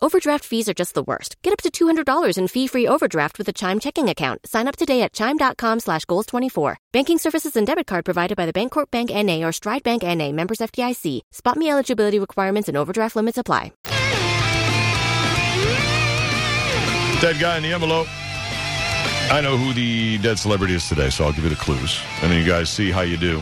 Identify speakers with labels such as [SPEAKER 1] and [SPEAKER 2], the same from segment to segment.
[SPEAKER 1] Overdraft fees are just the worst. Get up to $200 in fee-free overdraft with a Chime checking account. Sign up today at Chime.com slash Goals24. Banking services and debit card provided by the Bancorp Bank N.A. or Stride Bank N.A. Members FDIC. Spot me eligibility requirements and overdraft limits apply.
[SPEAKER 2] Dead guy in the envelope. I know who the dead celebrity is today, so I'll give you the clues. And then you guys see how you do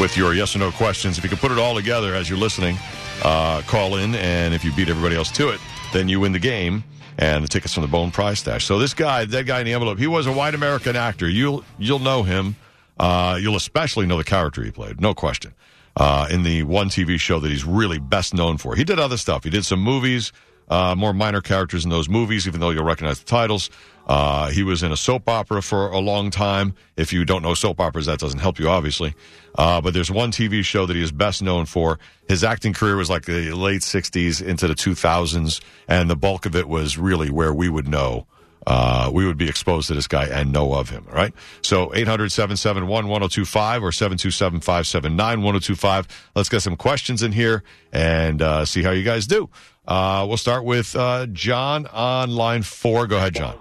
[SPEAKER 2] with your yes or no questions. If you can put it all together as you're listening, uh, call in, and if you beat everybody else to it, then you win the game and the tickets from the Bone Prize Stash. So this guy, that guy in the envelope, he was a white American actor. You'll you'll know him. Uh, you'll especially know the character he played, no question. Uh, in the one TV show that he's really best known for, he did other stuff. He did some movies, uh, more minor characters in those movies, even though you'll recognize the titles. Uh, he was in a soap opera for a long time. If you don't know soap operas, that doesn't help you, obviously. Uh, but there's one TV show that he is best known for. His acting career was like the late 60s into the 2000s, and the bulk of it was really where we would know. Uh, we would be exposed to this guy and know of him, all right? So 800 771 1025 or 727 579 1025. Let's get some questions in here and uh, see how you guys do. Uh, we'll start with uh, John on line four. Go ahead, John.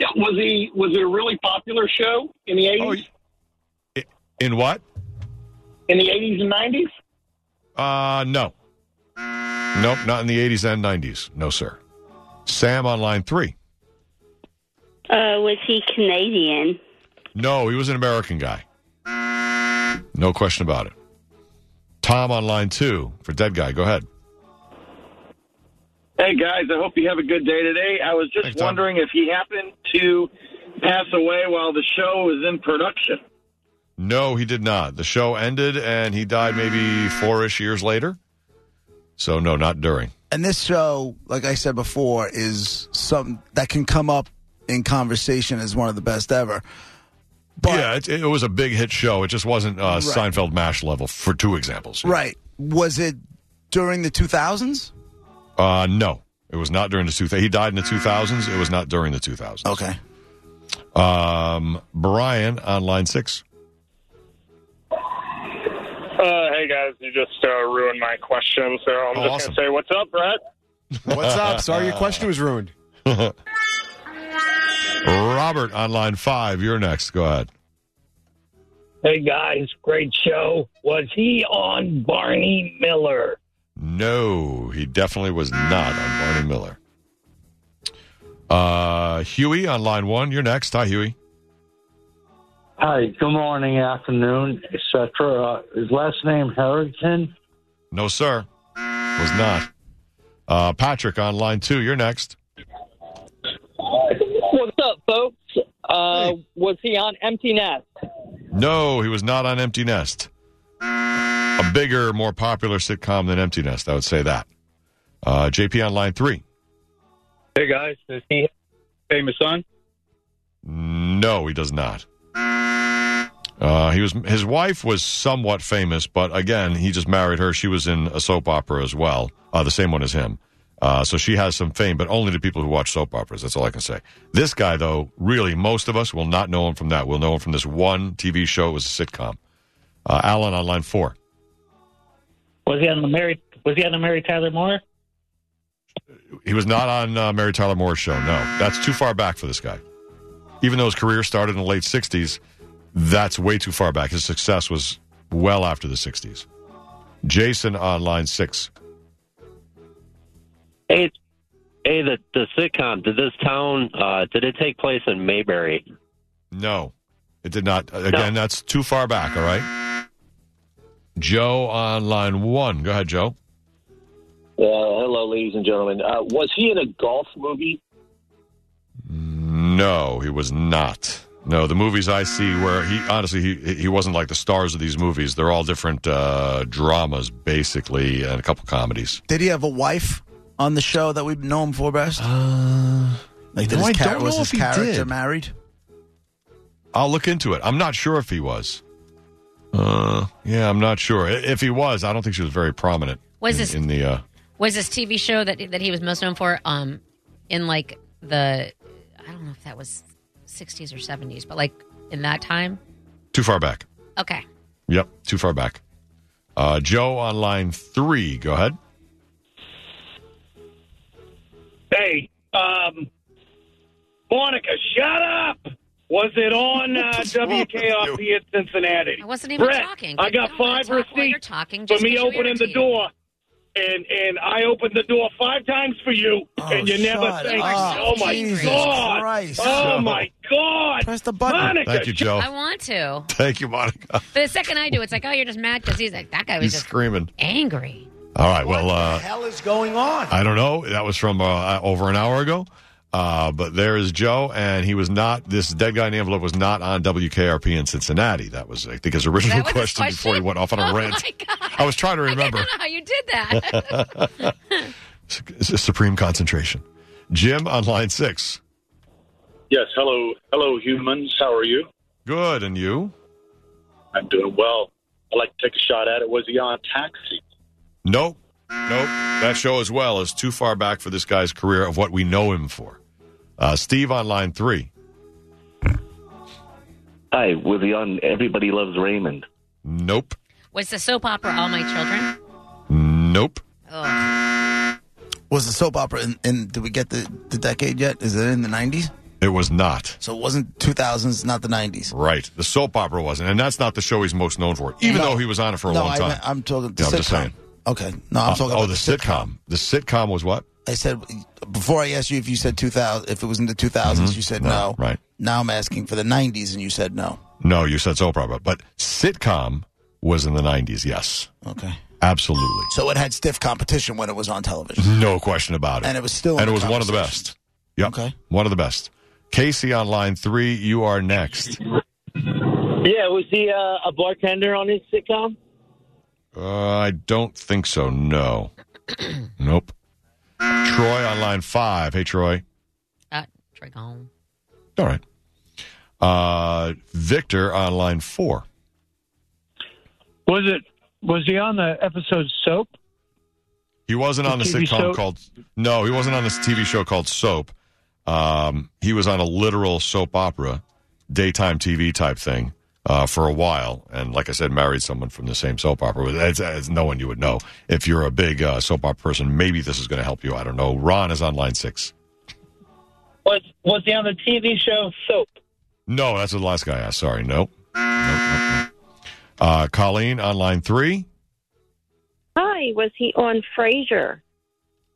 [SPEAKER 3] Yeah, was he was it a really popular show in the
[SPEAKER 2] Oh,
[SPEAKER 3] eighties?
[SPEAKER 2] y- in what?
[SPEAKER 3] in the eighties and nineties?
[SPEAKER 2] Uh, no. Nope, not in the 80s and 90s. No, sir. Sam on line three.
[SPEAKER 4] Uh, was he Canadian?
[SPEAKER 2] No, he was an American guy. No question about it. Tom on line two for Dead Guy. Go ahead.
[SPEAKER 5] Hey guys, I hope you have a good day today. I was just
[SPEAKER 2] Thanks, Tom.
[SPEAKER 5] wondering if he happened to pass away while the show was in production.
[SPEAKER 2] No, he did not. The show ended and he died maybe four ish years later. So, no, not during.
[SPEAKER 6] And this show, like I said before, is something that can come up in conversation as one of the best ever. But
[SPEAKER 2] yeah, it, it was a big hit show. It just wasn't uh,
[SPEAKER 6] Right.
[SPEAKER 2] Seinfeld MASH level, for two examples.
[SPEAKER 6] right, was it during the 2000s?
[SPEAKER 2] Uh, no, it was not during the 2000s. He died in the 2000s. It was not during the 2000s.
[SPEAKER 6] Okay.
[SPEAKER 2] Um, Brian on line six.
[SPEAKER 7] Uh, hey guys, you just uh, ruined my question, so I'm
[SPEAKER 2] Oh,
[SPEAKER 7] just
[SPEAKER 2] awesome.
[SPEAKER 7] gonna say what's up, Brett.
[SPEAKER 8] What's up? Sorry, your question was ruined.
[SPEAKER 2] Robert on line five. You're next. Go ahead.
[SPEAKER 9] Hey guys, great show. Was he on Barney Miller?
[SPEAKER 2] No, he definitely was not on Barney Miller. Uh, Huey on line one. You're next. Hi, Huey.
[SPEAKER 9] Hi, good morning, afternoon, etc. Uh, his last name Harrington.
[SPEAKER 2] No, sir. Was not. Uh, Patrick on line two. You're next.
[SPEAKER 9] What's up, folks? Uh, Was he on Empty Nest?
[SPEAKER 2] No, he was not on Empty Nest. A bigger, more popular sitcom than Empty Nest. I would say that. Uh, JP on line three.
[SPEAKER 7] Hey guys, is he famous son?
[SPEAKER 2] No, he does not. Uh, he was his wife was somewhat famous, but again, he just married her. She was in a soap opera as well, uh, the same one as him. Uh, so she has some fame, but only to people who watch soap operas. That's all I can say. This guy, though, really, most of us will not know him from that. We'll know him from this one TV show. It was a sitcom. Uh, Alan on line four.
[SPEAKER 9] Was he on the Mary? Was he on the Mary Tyler Moore?
[SPEAKER 2] He was not on uh, Mary Tyler Moore's show. No, that's too far back for this guy. Even though his career started in the late 60s, that's way too far back. His success was well after the 60s. Jason on line six.
[SPEAKER 9] Hey, hey, the the sitcom. Did this town? Uh, did it take place in Mayberry?
[SPEAKER 2] No, it did not. Uh, Again, that's too far back, all right? Joe on line one. Go ahead, Joe.
[SPEAKER 5] Uh, hello, ladies and gentlemen. Uh, was he in a golf movie?
[SPEAKER 2] No, he was not. No, the movies I see where he honestly he he wasn't like the stars of these movies. They're all different uh, dramas, basically, and a couple comedies.
[SPEAKER 6] Did he have a wife on the show that we know him for best? like, did
[SPEAKER 2] no, I
[SPEAKER 6] his
[SPEAKER 2] don't
[SPEAKER 6] was
[SPEAKER 2] know
[SPEAKER 6] his
[SPEAKER 2] if he
[SPEAKER 6] character
[SPEAKER 2] did.
[SPEAKER 6] married?
[SPEAKER 2] I'll look into it. I'm not sure if he was. Uh, yeah, I'm not sure. I- If he was, I don't think she was very prominent.
[SPEAKER 10] Was
[SPEAKER 2] in,
[SPEAKER 10] this-
[SPEAKER 2] in the? Uh,
[SPEAKER 10] Was this TV show that that he was most known for um in like the I don't know if that was 60s or 70s, but like in that time?
[SPEAKER 2] too far back.
[SPEAKER 10] Okay.
[SPEAKER 2] Yep, too far back. Uh, Joe on line three. Go ahead.
[SPEAKER 3] Hey, um, Monica, shut up. Was it on uh, WKRP at Cincinnati?
[SPEAKER 10] I wasn't even
[SPEAKER 3] Brett,
[SPEAKER 10] talking.
[SPEAKER 3] I got
[SPEAKER 10] Don't
[SPEAKER 3] five
[SPEAKER 10] talk while You're
[SPEAKER 3] receipts
[SPEAKER 10] talking
[SPEAKER 3] for
[SPEAKER 10] just
[SPEAKER 3] me
[SPEAKER 10] 'cause you
[SPEAKER 3] opening the
[SPEAKER 10] irritate
[SPEAKER 3] door, and and I opened the door five times for you, and you never
[SPEAKER 6] Oh, shut
[SPEAKER 3] think.
[SPEAKER 6] up.
[SPEAKER 3] Oh my
[SPEAKER 6] Jesus
[SPEAKER 3] god!
[SPEAKER 6] Christ.
[SPEAKER 3] Oh my god!
[SPEAKER 6] Press the button.
[SPEAKER 3] Monica,
[SPEAKER 2] Thank you, Joe.
[SPEAKER 10] me. I want to.
[SPEAKER 2] Thank you, Monica.
[SPEAKER 10] But the second I do, it's like, oh, you're just mad because he's like, that guy was
[SPEAKER 2] He's
[SPEAKER 10] just
[SPEAKER 2] screaming.
[SPEAKER 10] angry.
[SPEAKER 2] All right. Well, uh,
[SPEAKER 8] hell is going on?
[SPEAKER 2] I don't know. That was from uh, over an hour ago. Uh, but there is Joe, and he was not. This dead guy in the envelope was not on WKRP in Cincinnati. That was, I think, his original
[SPEAKER 10] That was his
[SPEAKER 2] question, before he
[SPEAKER 10] question?
[SPEAKER 2] went off on a
[SPEAKER 10] Oh,
[SPEAKER 2] rant.
[SPEAKER 10] my God.
[SPEAKER 2] I was trying to
[SPEAKER 10] I don't know
[SPEAKER 2] remember
[SPEAKER 10] how you did that.
[SPEAKER 2] S- supreme concentration. Jim on line six.
[SPEAKER 5] Yes. Hello, hello, humans. How are you?
[SPEAKER 2] Good, and you?
[SPEAKER 5] I'm doing well. I'd like to take a shot at it. Was he on Taxi?
[SPEAKER 2] Nope, nope. That show as well is too far back for this guy's career of what we know him for. Uh, Steve on line three.
[SPEAKER 9] Hi, was he on Everybody Loves Raymond?
[SPEAKER 2] Nope,
[SPEAKER 10] was the soap opera All My Children?
[SPEAKER 2] nope.
[SPEAKER 10] Oh,
[SPEAKER 6] Was the soap opera in, in did we get the, the decade yet? Is it in the 90s?
[SPEAKER 2] It was not.
[SPEAKER 6] So it wasn't 2000s, not the 90s.
[SPEAKER 2] Right. The soap opera wasn't. And that's not the show he's most known for, even
[SPEAKER 6] No.
[SPEAKER 2] though he was on it for a
[SPEAKER 6] no,
[SPEAKER 2] long
[SPEAKER 6] I
[SPEAKER 2] time.
[SPEAKER 6] meant- I'm talking the
[SPEAKER 2] Yeah, I'm
[SPEAKER 6] sitcom.
[SPEAKER 2] just saying.
[SPEAKER 6] Okay. No, I'm
[SPEAKER 2] Uh,
[SPEAKER 6] talking
[SPEAKER 2] oh,
[SPEAKER 6] about
[SPEAKER 2] the sitcom. The sitcom was what?
[SPEAKER 6] I said before I asked you if you said 2000 if it was in the 2000s, you said no.
[SPEAKER 2] Mm-hmm. Right.
[SPEAKER 6] Now I'm asking for the 90s and you said no.
[SPEAKER 2] No, you said soap opera. But sitcom was in the 90s, yes.
[SPEAKER 6] Okay.
[SPEAKER 2] Absolutely.
[SPEAKER 6] So it had stiff competition when it was on television.
[SPEAKER 2] No question about it.
[SPEAKER 6] And it was still in
[SPEAKER 2] Mm-hmm. And it
[SPEAKER 6] the
[SPEAKER 2] was one of the best.
[SPEAKER 6] conversation.
[SPEAKER 2] Yep.
[SPEAKER 6] Okay.
[SPEAKER 2] One of the best. Casey on line three, you are next.
[SPEAKER 9] Yeah, was he uh, a bartender on his sitcom?
[SPEAKER 2] Uh, I don't think so. No. nope. Troy on line five. Hey, Troy.
[SPEAKER 10] uh, Troy Gone.
[SPEAKER 2] Oh, All right. Uh, Victor on line four.
[SPEAKER 5] Was it? Was he on the episode Soap?
[SPEAKER 2] He wasn't on the
[SPEAKER 5] TV
[SPEAKER 2] sitcom
[SPEAKER 5] show?
[SPEAKER 2] called. No, he wasn't on this TV show called Soap. Um, he was on a literal soap opera, daytime TV type thing uh, for a while, and like I said, married someone from the same soap opera. It's, it's no one you would know if you're a big uh, soap opera person. Maybe this is going to help you. I don't know. Ron is on line six.
[SPEAKER 5] Was Was he on the TV show Soap?
[SPEAKER 2] No, that's the last guy I asked. Sorry, no. Nope, nope, nope. Uh, Colleen on line three.
[SPEAKER 4] Hi, was he on Frasier?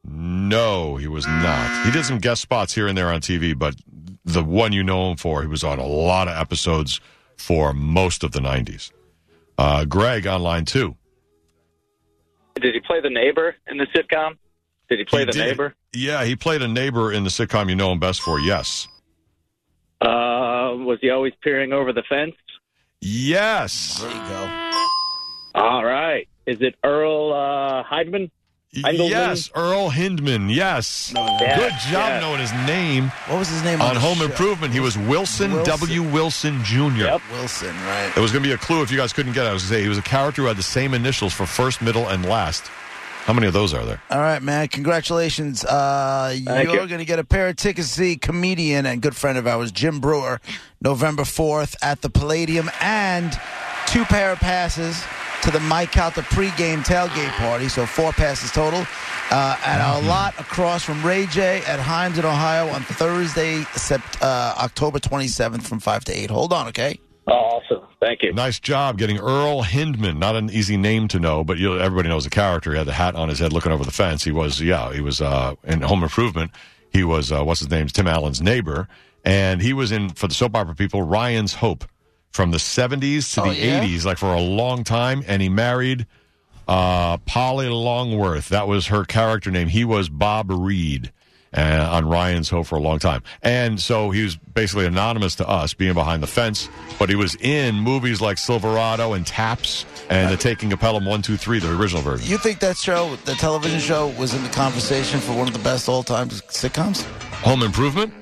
[SPEAKER 2] No, he was not. He did some guest spots here and there on TV, but the one you know him for, he was on a lot of episodes for most of the 90s. Uh, Greg on line two.
[SPEAKER 5] Did he play the neighbor in the sitcom? Did he play
[SPEAKER 2] He
[SPEAKER 5] the
[SPEAKER 2] did.
[SPEAKER 5] neighbor?
[SPEAKER 2] Yeah, he played a neighbor in the sitcom you know him best for, yes.
[SPEAKER 5] Uh, was he always peering over the fence?
[SPEAKER 2] Yes.
[SPEAKER 6] There you go.
[SPEAKER 5] All right. Is it Earl uh, Heidman? Heindel-
[SPEAKER 2] Yes, Earl Hindman, yes. Good job
[SPEAKER 5] yes.
[SPEAKER 2] knowing his name.
[SPEAKER 6] What was his name
[SPEAKER 2] On
[SPEAKER 6] the
[SPEAKER 2] Home
[SPEAKER 6] show?
[SPEAKER 2] Improvement, he was Wilson,
[SPEAKER 6] Wilson.
[SPEAKER 2] W. Wilson Jr.
[SPEAKER 6] Wilson, right?
[SPEAKER 2] It was going to be a clue if you guys couldn't get it. I was going to say he was a character who had the same initials for first, middle, and last. How many of those are there?
[SPEAKER 6] All right, man. Congratulations. Uh,
[SPEAKER 5] Thank
[SPEAKER 6] you're
[SPEAKER 5] you.
[SPEAKER 6] going to get a pair of tickets to see comedian and good friend of ours, Jim Brewer, November 4th at the Palladium, and two pair of passes to the Mike Calta pregame tailgate party. So four passes total uh, at our lot across from Ray J at Himes in Ohio on Thursday, sept- uh, October 27th from 5 to 8. Hold on, okay?
[SPEAKER 5] Oh, awesome. Thank you.
[SPEAKER 2] Nice job getting Earl Hindman. Not an easy name to know, but you, everybody knows the character. He had the hat on his head, looking over the fence. He was, yeah, he was uh, in Home Improvement. He was uh, what's his name's Tim Allen's neighbor, and he was in for the soap opera people Ryan's Hope from the '70s to
[SPEAKER 6] Oh,
[SPEAKER 2] the
[SPEAKER 6] yeah?
[SPEAKER 2] '80s, like for a long time. And he married uh, Polly Longworth. That was her character name. He was Bob Reed uh, on Ryan's Hope for a long time. And so he was basically anonymous to us, being behind the fence, but he was in movies like Silverado and Taps and The Taking of Pelham 123, the original version.
[SPEAKER 6] You think that show, the television show, was in the conversation for one of the best all time sitcoms?
[SPEAKER 2] Home Improvement?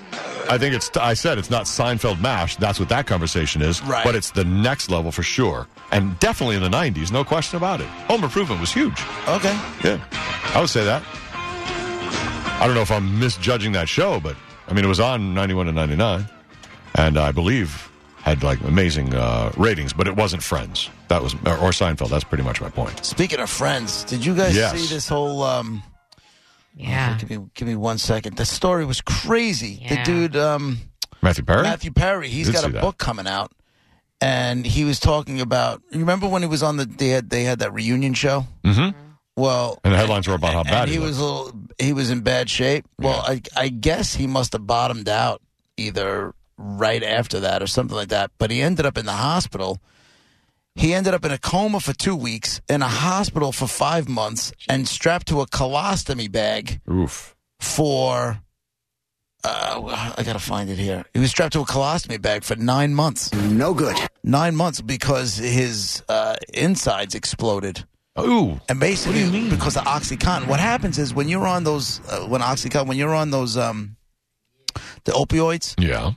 [SPEAKER 2] I think it's, I said it's not Seinfeld MASH. That's what that conversation is.
[SPEAKER 6] Right.
[SPEAKER 2] But it's the next level for sure. And definitely in the 90s, no question about it. Home Improvement was huge.
[SPEAKER 6] Okay.
[SPEAKER 2] Yeah, I would say that. I don't know if I'm misjudging that show, but I mean, it was on 91 and 99, and I believe had like amazing uh, ratings, but it wasn't Friends. That was or, or Seinfeld. That's pretty much my point.
[SPEAKER 6] Speaking of friends, did you guys
[SPEAKER 2] Yes.
[SPEAKER 6] see this whole um
[SPEAKER 10] Yeah.
[SPEAKER 6] Give me, give me one second. The story was crazy. The
[SPEAKER 10] Yeah.
[SPEAKER 6] dude, um,
[SPEAKER 2] Matthew Perry?
[SPEAKER 6] Matthew Perry, he's
[SPEAKER 2] Did
[SPEAKER 6] got
[SPEAKER 2] see
[SPEAKER 6] a
[SPEAKER 2] that.
[SPEAKER 6] book coming out, and he was talking about. You remember when he was on the they had they had that reunion show?
[SPEAKER 2] Mm-hmm.
[SPEAKER 6] Well,
[SPEAKER 2] And the headlines were about how bad
[SPEAKER 6] and he was a little, he was in bad shape. Well, I I guess he must have bottomed out either right after that or something like that. But he ended up in the hospital. He ended up in a coma for two weeks, in a hospital for five months, and strapped to a colostomy bag
[SPEAKER 2] Oof.
[SPEAKER 6] for. Uh, I gotta find it here. He was strapped to a colostomy bag for nine months. No good. Nine months because his uh, insides exploded.
[SPEAKER 2] Ooh.
[SPEAKER 6] And basically, because of OxyContin, what happens is when you're on those, uh, when OxyContin, when you're on those, um, the opioids,
[SPEAKER 2] Yeah.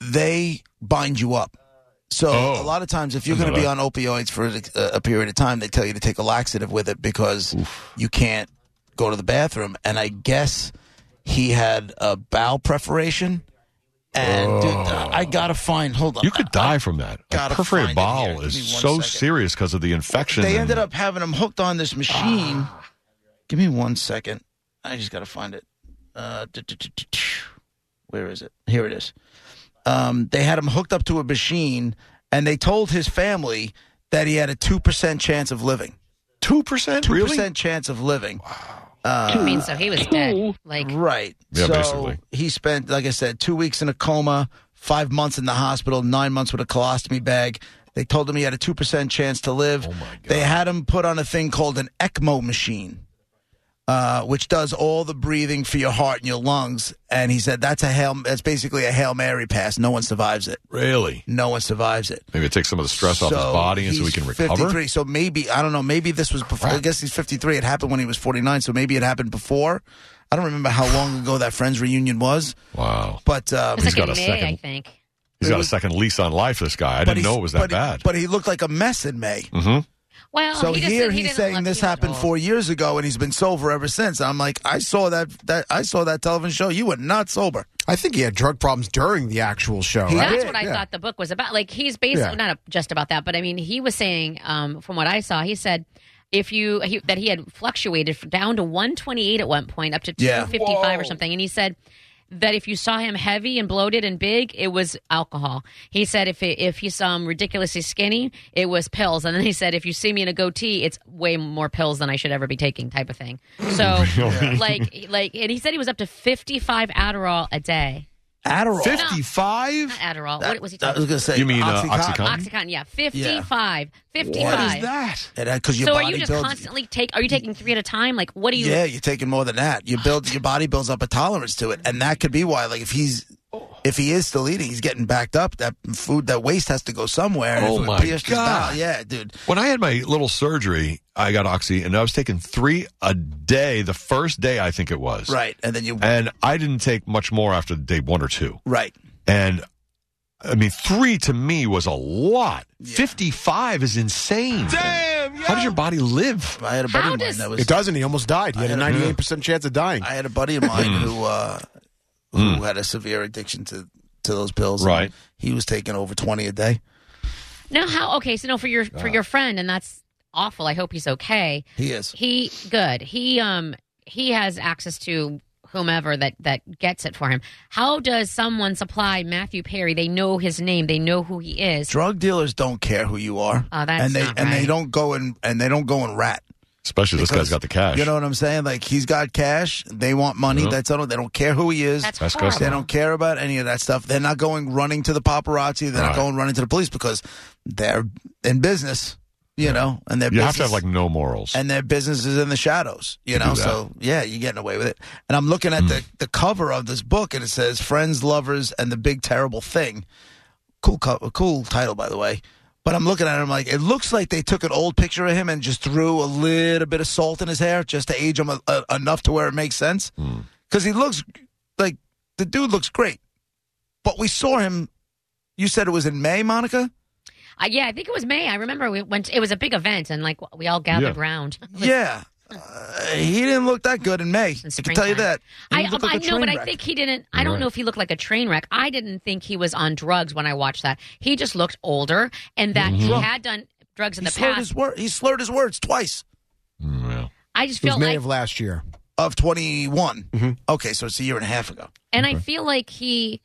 [SPEAKER 6] they bind you up. So
[SPEAKER 2] Oh.
[SPEAKER 6] a lot of times, if you're
[SPEAKER 2] I know
[SPEAKER 6] going to be
[SPEAKER 2] that.
[SPEAKER 6] on opioids for uh, a, a period of time, they tell you to take a laxative with it because you can't go to the bathroom. And I guess he had a bowel preparation. And dude, I gotta find. Hold on,
[SPEAKER 2] Oh. You could die from that. A
[SPEAKER 6] Gotta
[SPEAKER 2] perforated
[SPEAKER 6] find it here.
[SPEAKER 2] bowel
[SPEAKER 6] Give
[SPEAKER 2] is
[SPEAKER 6] me one
[SPEAKER 2] so
[SPEAKER 6] second.
[SPEAKER 2] serious because of the infection.
[SPEAKER 6] They
[SPEAKER 2] and- Ah.
[SPEAKER 6] ended up having him hooked on this machine. Give me one second. I just got to find it. Uh, tu- tu- tu- tu- tu. Where is it? Here it is. Um, they had him hooked up to a machine, and they told his family that he had a two percent chance of living.
[SPEAKER 2] 2%?
[SPEAKER 6] Two
[SPEAKER 2] Really?
[SPEAKER 6] percent chance of living.
[SPEAKER 10] I mean, so he was dead. Like,
[SPEAKER 6] Right.
[SPEAKER 2] Yeah,
[SPEAKER 6] so
[SPEAKER 2] basically.
[SPEAKER 6] he spent, like I said, two weeks in a coma, five months in the hospital, nine months with a colostomy bag. They told him he had a two percent chance to live. Oh my God. They had him put on a thing called an ECMO machine, uh, which does all the breathing for your heart and your lungs. And he said that's a hail. That's basically a hail mary pass. No one survives it.
[SPEAKER 2] Really?
[SPEAKER 6] No one survives it.
[SPEAKER 2] Maybe it takes some of the stress off his
[SPEAKER 6] So
[SPEAKER 2] body and so he
[SPEAKER 6] he's
[SPEAKER 2] can recover.
[SPEAKER 6] 53. So maybe I don't know. Maybe this was before. I
[SPEAKER 2] Crap.
[SPEAKER 6] guess he's 53. It happened when he was 49. So maybe it happened before. I don't remember how long ago that friends reunion was,
[SPEAKER 2] Wow.
[SPEAKER 6] but um,
[SPEAKER 10] it was
[SPEAKER 2] He's
[SPEAKER 10] like
[SPEAKER 2] got
[SPEAKER 10] in
[SPEAKER 2] a
[SPEAKER 10] May,
[SPEAKER 2] second-
[SPEAKER 10] I think.
[SPEAKER 2] He's got a second lease on life, this guy. I
[SPEAKER 6] but
[SPEAKER 2] didn't
[SPEAKER 6] he's-
[SPEAKER 2] know it was
[SPEAKER 6] but
[SPEAKER 2] that
[SPEAKER 6] he-
[SPEAKER 2] bad. Mm.
[SPEAKER 6] But he looked like a mess in May.
[SPEAKER 10] Well,
[SPEAKER 6] So
[SPEAKER 10] he just
[SPEAKER 6] here
[SPEAKER 10] said he
[SPEAKER 6] he's
[SPEAKER 10] didn't
[SPEAKER 6] saying
[SPEAKER 10] love
[SPEAKER 6] this
[SPEAKER 10] you at
[SPEAKER 6] happened
[SPEAKER 10] all.
[SPEAKER 6] four years ago, and he's been sober ever since. I'm like, I saw that that I saw that television show. You were not sober.
[SPEAKER 8] I think he had drug problems during the actual show.
[SPEAKER 6] He
[SPEAKER 8] right?
[SPEAKER 6] did.
[SPEAKER 10] That's what I
[SPEAKER 8] Yeah.
[SPEAKER 10] thought the book was about. Like he's basically
[SPEAKER 8] Yeah.
[SPEAKER 10] not just about that, but I mean, he was saying, um, from what I saw, he said if you he, that he had fluctuated f- down to 128 at one point, up to
[SPEAKER 6] Yeah.
[SPEAKER 10] 255 or something, and he said that if you saw him heavy and bloated and big, it was alcohol. He said if it, if you saw him ridiculously skinny, it was pills. And then he said if you see me in a goatee, it's way more pills than I should ever be taking, type of thing. So like like, and he said he was up to 55 Adderall a day.
[SPEAKER 6] Adderall.
[SPEAKER 10] Not
[SPEAKER 8] 55?
[SPEAKER 10] Adderall. what was he
[SPEAKER 6] I
[SPEAKER 10] talking?
[SPEAKER 6] was gonna say.
[SPEAKER 2] You mean, uh,
[SPEAKER 6] OxyContin?
[SPEAKER 10] OxyContin, yeah, 55. 55.
[SPEAKER 8] What is that?
[SPEAKER 6] Because your
[SPEAKER 10] So are
[SPEAKER 6] body
[SPEAKER 10] you just
[SPEAKER 6] builds.
[SPEAKER 10] constantly take are you taking 3 at a time? Like what do you
[SPEAKER 6] yeah, you're taking more than that. You build your body builds up a tolerance to it, and that could be why. Like if he's if he is still eating, he's getting backed up. That food, that waste has to go somewhere. and
[SPEAKER 2] Oh,
[SPEAKER 6] if it
[SPEAKER 2] my
[SPEAKER 6] pierced his
[SPEAKER 2] God.
[SPEAKER 6] bowel- yeah, dude.
[SPEAKER 2] When I had my little surgery, I got oxy, and I was taking three a day the first day, I think it was.
[SPEAKER 6] Right, and then you
[SPEAKER 2] And I didn't take much more after day one or two.
[SPEAKER 6] right.
[SPEAKER 2] And I mean, three to me was a lot. 55 is insane. Damn, How does your body live?
[SPEAKER 6] I had a buddy
[SPEAKER 10] How
[SPEAKER 6] of mine
[SPEAKER 10] does-
[SPEAKER 6] that was.
[SPEAKER 8] It doesn't. He almost died. He had a
[SPEAKER 6] I don't
[SPEAKER 8] 98% chance of dying.
[SPEAKER 6] I had a buddy of mine who uh, who had a severe addiction to to those pills. and
[SPEAKER 2] Right.
[SPEAKER 6] he was taking over twenty a day.
[SPEAKER 10] No, how okay, so no for your for your friend and that's awful. I hope he's okay.
[SPEAKER 6] He is.
[SPEAKER 10] He good. He um he has access to whomever that that gets it for him. How does someone supply Matthew Perry? They know his name. They know who he is.
[SPEAKER 6] Drug dealers don't care who you are,
[SPEAKER 10] Oh, that's
[SPEAKER 6] and they
[SPEAKER 10] not
[SPEAKER 6] and they
[SPEAKER 10] right.
[SPEAKER 6] don't go and and they don't go and rat.
[SPEAKER 2] Especially this guy's
[SPEAKER 6] Because-
[SPEAKER 2] got the cash.
[SPEAKER 6] You know what I'm saying? Like he's got cash. They want money.
[SPEAKER 2] Yeah.
[SPEAKER 6] That's all. They don't care who he is.
[SPEAKER 10] That's,
[SPEAKER 2] That's
[SPEAKER 10] horrible.
[SPEAKER 2] custom.
[SPEAKER 6] They don't care about any of that stuff. They're not going running to the paparazzi. They're
[SPEAKER 2] Right.
[SPEAKER 6] not going running to the police because they're in business, you know, and their
[SPEAKER 2] you
[SPEAKER 6] business,
[SPEAKER 2] have to have like no morals.
[SPEAKER 6] and their business is in the shadows, you
[SPEAKER 2] do
[SPEAKER 6] know.
[SPEAKER 2] that.
[SPEAKER 6] So yeah, you're getting away with it. And I'm looking at the the cover of this book, and it says "Friends, Lovers, and the Big Terrible Thing." Cool, co- cool title, by the way. But I'm looking at him like it looks like they took an old picture of him and just threw a little bit of salt in his hair just to age him a, a, enough to where it makes sense. Because he looks like the dude looks great, but we saw him. You said it was in May, Monica.
[SPEAKER 10] Uh, yeah, I think it was May. I remember we went. It was a big event, and like we all gathered
[SPEAKER 2] Yeah.
[SPEAKER 10] round.
[SPEAKER 6] Yeah. Uh, he didn't look that good in May. I can tell you
[SPEAKER 10] springtime.
[SPEAKER 6] that. He
[SPEAKER 10] I, um,
[SPEAKER 6] looked
[SPEAKER 10] I
[SPEAKER 6] like a
[SPEAKER 10] know, but
[SPEAKER 6] train
[SPEAKER 10] I
[SPEAKER 6] wreck.
[SPEAKER 10] think he didn't. I don't
[SPEAKER 2] Right.
[SPEAKER 10] know if he looked like a train wreck. I didn't think he was on drugs when I watched that. He just looked older, and that he had done drugs in
[SPEAKER 6] he
[SPEAKER 10] the
[SPEAKER 6] slurred
[SPEAKER 10] past.
[SPEAKER 6] His wor- he slurred his words twice.
[SPEAKER 2] Mm, yeah.
[SPEAKER 10] I just
[SPEAKER 8] It was
[SPEAKER 10] felt
[SPEAKER 8] May
[SPEAKER 10] like
[SPEAKER 8] of last year.
[SPEAKER 6] of 21.
[SPEAKER 2] Mm-hmm.
[SPEAKER 6] Okay, so it's a year and a half ago.
[SPEAKER 10] And I feel like he,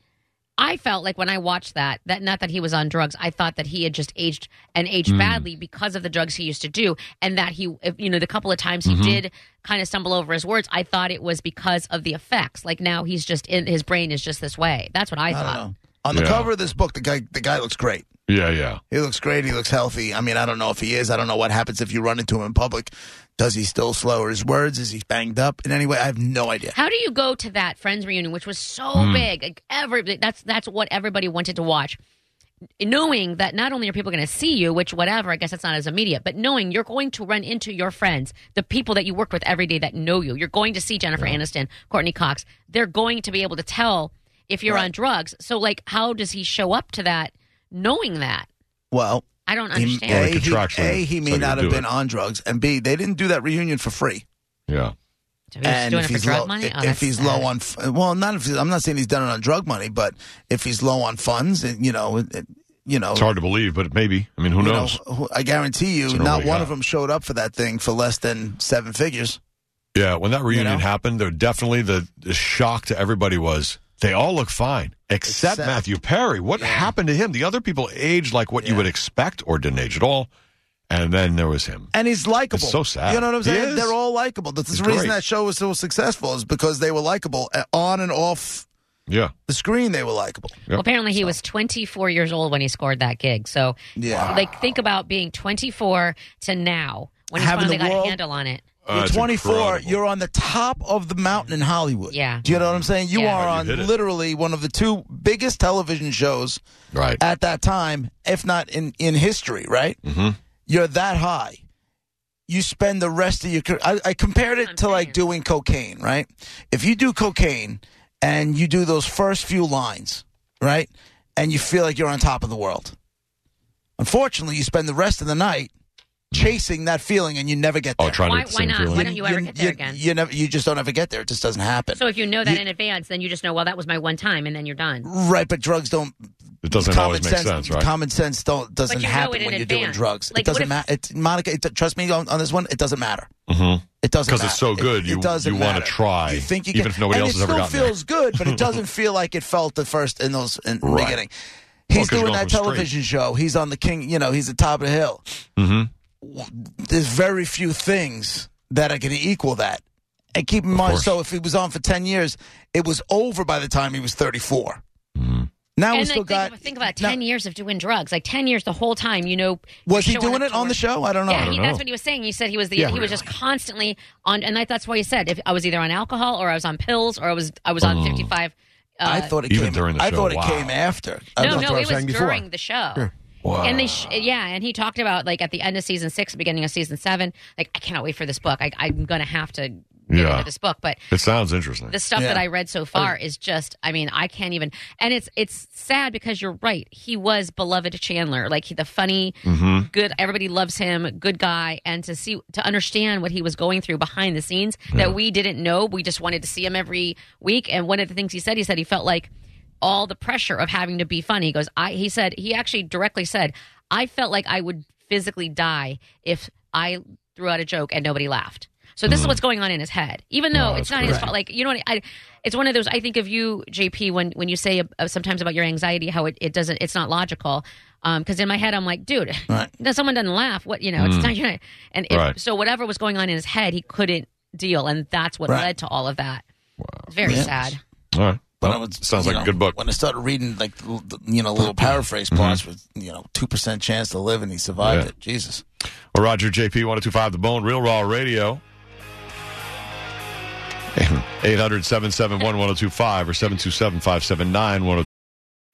[SPEAKER 10] I felt like when I watched that, that not that he was on drugs, I thought that he had just aged and aged badly because of the drugs he used to do, and that he, if- you know, the couple of times he did kind of stumble over his words, I thought it was because of the effects. Like now he's just in his brain is just this way. That's what I,
[SPEAKER 6] I don't
[SPEAKER 10] thought.
[SPEAKER 6] know. On the
[SPEAKER 2] Yeah.
[SPEAKER 6] cover of this book, the guy the guy looks great.
[SPEAKER 2] Yeah, yeah.
[SPEAKER 6] He looks great. He looks healthy. I mean, I don't know if he is. I don't know what happens if you run into him in public. Does he still slur his words? Is he banged up in any way? I have no idea.
[SPEAKER 10] How do you go to that Friends reunion, which was so
[SPEAKER 6] Hmm.
[SPEAKER 10] big? Like every that's that's what everybody wanted to watch, knowing that not only are people going to see you, which whatever, I guess that's not as immediate, but knowing you're going to run into your friends, the people that you work with every day that know you. You're going to see Jennifer Aniston, Courtney Cox. They're going to be able to tell if you're on drugs. So, like, how does he show up to that knowing that?
[SPEAKER 6] Well,
[SPEAKER 10] I don't
[SPEAKER 6] he,
[SPEAKER 10] understand.
[SPEAKER 6] a, he,
[SPEAKER 2] contractually,
[SPEAKER 6] A, he may
[SPEAKER 2] so you
[SPEAKER 6] not
[SPEAKER 2] do
[SPEAKER 6] have been
[SPEAKER 2] it.
[SPEAKER 6] on drugs, and B, they didn't do that reunion for free.
[SPEAKER 2] Yeah.
[SPEAKER 10] So he was
[SPEAKER 6] and
[SPEAKER 10] doing
[SPEAKER 6] if
[SPEAKER 10] it for
[SPEAKER 6] he's
[SPEAKER 10] drug
[SPEAKER 6] low,
[SPEAKER 10] money. Oh,
[SPEAKER 6] if
[SPEAKER 10] that's
[SPEAKER 6] he's
[SPEAKER 10] sad.
[SPEAKER 6] low on, f- well, not if he's, I'm not saying he's done it on drug money, but if he's low on funds, it, you know, it, it- you know,
[SPEAKER 2] It's hard to believe, but maybe. I mean, who
[SPEAKER 6] Oh. you know,
[SPEAKER 2] knows?
[SPEAKER 6] who- I guarantee you,
[SPEAKER 2] It's an
[SPEAKER 6] not
[SPEAKER 2] early
[SPEAKER 6] one
[SPEAKER 2] guy.
[SPEAKER 6] of them showed up for that thing for less than seven figures.
[SPEAKER 2] Yeah, when that reunion
[SPEAKER 6] know?
[SPEAKER 2] happened, there definitely the, the shock to everybody was they all look fine except,
[SPEAKER 6] Except-
[SPEAKER 2] Matthew Perry. What happened to him? The other people aged like what you
[SPEAKER 6] Yeah.
[SPEAKER 2] would expect or didn't age at all, and then there was him.
[SPEAKER 6] And he's likable.
[SPEAKER 2] It's so sad.
[SPEAKER 6] You know what I'm
[SPEAKER 2] He
[SPEAKER 6] saying?
[SPEAKER 2] is.
[SPEAKER 6] They're all likable. That's
[SPEAKER 2] He's
[SPEAKER 6] the reason
[SPEAKER 2] great.
[SPEAKER 6] that show was so successful is because they were likable Uh, on and off
[SPEAKER 2] Yeah,
[SPEAKER 6] the screen. They were likable.
[SPEAKER 10] Well, apparently he was 24 years old when he scored that gig. So,
[SPEAKER 6] Yeah.
[SPEAKER 10] like, think about being 24 to now when he
[SPEAKER 6] Having
[SPEAKER 10] finally
[SPEAKER 6] the
[SPEAKER 10] got
[SPEAKER 6] world-
[SPEAKER 10] a handle on it.
[SPEAKER 2] Uh,
[SPEAKER 6] you're
[SPEAKER 2] it's
[SPEAKER 6] 24.
[SPEAKER 2] incredible.
[SPEAKER 6] You're on the top of the mountain in Hollywood.
[SPEAKER 10] Yeah.
[SPEAKER 6] Do you know what I'm saying? You
[SPEAKER 10] Yeah.
[SPEAKER 6] are
[SPEAKER 2] Oh, you
[SPEAKER 6] on
[SPEAKER 2] hit it.
[SPEAKER 6] literally one of the two biggest television shows
[SPEAKER 2] right.
[SPEAKER 6] at that time, if not in, in history, right?
[SPEAKER 2] Mhm.
[SPEAKER 6] You're that high. You spend the rest of your career. I, I compared it
[SPEAKER 10] I'm
[SPEAKER 6] to like
[SPEAKER 10] saying.
[SPEAKER 6] doing cocaine, right? If you do cocaine and you do those first few lines, right? And you feel like you're on top of the world. Unfortunately, you spend the rest of the night chasing that feeling and you never get there.
[SPEAKER 2] Oh, trying
[SPEAKER 10] Why-
[SPEAKER 2] to get the
[SPEAKER 10] why
[SPEAKER 2] same
[SPEAKER 10] not?
[SPEAKER 2] feeling.
[SPEAKER 10] Why don't you ever get there
[SPEAKER 6] you,
[SPEAKER 10] again?
[SPEAKER 6] You never, you just don't ever get there. It just doesn't happen.
[SPEAKER 10] So if you know that in advance, then you just know, well, that was my one time, and then you're done.
[SPEAKER 6] right, but drugs don't.
[SPEAKER 2] it doesn't
[SPEAKER 6] common
[SPEAKER 2] always make sense, right?
[SPEAKER 6] Common sense don't doesn't
[SPEAKER 10] But you know it
[SPEAKER 6] happen
[SPEAKER 10] in
[SPEAKER 6] when you're doing
[SPEAKER 10] advance.
[SPEAKER 6] drugs.
[SPEAKER 10] Like,
[SPEAKER 6] it doesn't
[SPEAKER 10] what if-
[SPEAKER 6] matter. It's Monica. It, trust me on, on this one. It doesn't matter.
[SPEAKER 2] Mhm.
[SPEAKER 6] It doesn't
[SPEAKER 2] 'Cause
[SPEAKER 6] because
[SPEAKER 2] it's so good,
[SPEAKER 6] It,
[SPEAKER 2] you-
[SPEAKER 6] doesn't
[SPEAKER 2] you wanna
[SPEAKER 6] matter.
[SPEAKER 2] try,
[SPEAKER 6] You think you
[SPEAKER 2] even
[SPEAKER 6] can,
[SPEAKER 2] if nobody
[SPEAKER 6] and
[SPEAKER 2] else has
[SPEAKER 6] it
[SPEAKER 2] ever
[SPEAKER 6] still
[SPEAKER 2] gotten there.
[SPEAKER 6] feels good, but it doesn't feel like it felt the first in those in the
[SPEAKER 2] Right.
[SPEAKER 6] beginning.
[SPEAKER 2] Well, 'cause
[SPEAKER 6] He's
[SPEAKER 2] you're going
[SPEAKER 6] doing that
[SPEAKER 2] from straight.
[SPEAKER 6] television show. He's on the king. You know, he's the top of the hill.
[SPEAKER 2] Mm-hmm.
[SPEAKER 6] There's very few things that are going to equal that. And keep in mind,
[SPEAKER 2] course.
[SPEAKER 6] so if he was on for ten years, it was over by the time he was 34.
[SPEAKER 2] Mm-hmm.
[SPEAKER 6] Now we
[SPEAKER 10] and
[SPEAKER 6] still
[SPEAKER 10] like, think,
[SPEAKER 6] got
[SPEAKER 10] of- think about
[SPEAKER 6] now-
[SPEAKER 10] 10 years of doing drugs. Like 10 years, the whole time, you know.
[SPEAKER 6] Was he
[SPEAKER 10] you're showing
[SPEAKER 6] doing
[SPEAKER 10] up
[SPEAKER 6] it
[SPEAKER 10] to
[SPEAKER 6] on the
[SPEAKER 10] work.
[SPEAKER 6] show? I don't know.
[SPEAKER 10] Yeah, he,
[SPEAKER 2] don't know.
[SPEAKER 10] that's what he was saying. He said he was the
[SPEAKER 2] Yeah,
[SPEAKER 10] he was just constantly on, and that, that's why he said if I was either on alcohol or I was on pills or I was I was on 55. Uh,
[SPEAKER 6] Mm. I thought it
[SPEAKER 2] Even
[SPEAKER 6] came.
[SPEAKER 2] during the
[SPEAKER 6] I
[SPEAKER 2] show,
[SPEAKER 6] thought it
[SPEAKER 2] wow.
[SPEAKER 6] came after. I
[SPEAKER 10] No,
[SPEAKER 6] thought-
[SPEAKER 10] no,
[SPEAKER 8] what I
[SPEAKER 10] it
[SPEAKER 8] was
[SPEAKER 10] was
[SPEAKER 8] saying before.
[SPEAKER 10] during the show.
[SPEAKER 2] Wow.
[SPEAKER 10] And they, sh- yeah, and he talked about like at the end of season six, beginning of season seven. Like, I cannot wait for this book. I, I'm gonna have to get
[SPEAKER 2] Yeah.
[SPEAKER 10] into this book, but
[SPEAKER 2] It sounds interesting.
[SPEAKER 10] the stuff
[SPEAKER 6] Yeah.
[SPEAKER 10] that I read so far is just I mean I can't even and it's it's sad because you're right he was beloved Chandler like he, the funny
[SPEAKER 2] Mm-hmm.
[SPEAKER 10] good everybody loves him good guy and to see to understand what he was going through behind the scenes that we didn't know we just wanted to see him every week and one of the things he said he said he felt like all the pressure of having to be funny he goes I he said he actually directly said I felt like I would physically die if I threw out a joke and nobody laughed. So this is what's going on in his head, even though
[SPEAKER 2] Mm. Wow,
[SPEAKER 10] it's
[SPEAKER 2] that's
[SPEAKER 10] not
[SPEAKER 2] crazy.
[SPEAKER 10] his fault. Like you know, what I, it's one of those. I think of you, JP, when when you say uh, sometimes about your anxiety, how it, it doesn't, it's not logical. Because in my head, I'm like, dude,
[SPEAKER 6] Right.
[SPEAKER 10] no, someone doesn't laugh. What you know, it's not. You're not and if,
[SPEAKER 2] Right.
[SPEAKER 10] so whatever was going on in his head, he couldn't deal, and that's what
[SPEAKER 6] Right.
[SPEAKER 10] led to all of that. It's very
[SPEAKER 6] Yeah.
[SPEAKER 10] sad.
[SPEAKER 2] all right.
[SPEAKER 6] When I
[SPEAKER 2] Well,
[SPEAKER 6] was-
[SPEAKER 2] sounds
[SPEAKER 6] you
[SPEAKER 2] like a
[SPEAKER 6] know,
[SPEAKER 2] good book.
[SPEAKER 6] When I started reading, like the- the, you know, little paraphrase parts with you know two percent chance to live, and he survived
[SPEAKER 2] Mm-hmm. Yeah.
[SPEAKER 6] it. Jesus.
[SPEAKER 2] Well, Roger JP, 1025 The Bone, Real Raw Radio. 800 771 1025 or 727 579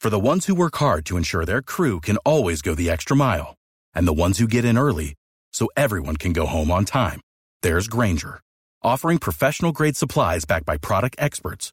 [SPEAKER 11] For the ones who work hard to ensure their crew can always go the extra mile, and the ones who get in early so everyone can go home on time, there's Granger, offering professional grade supplies backed by product experts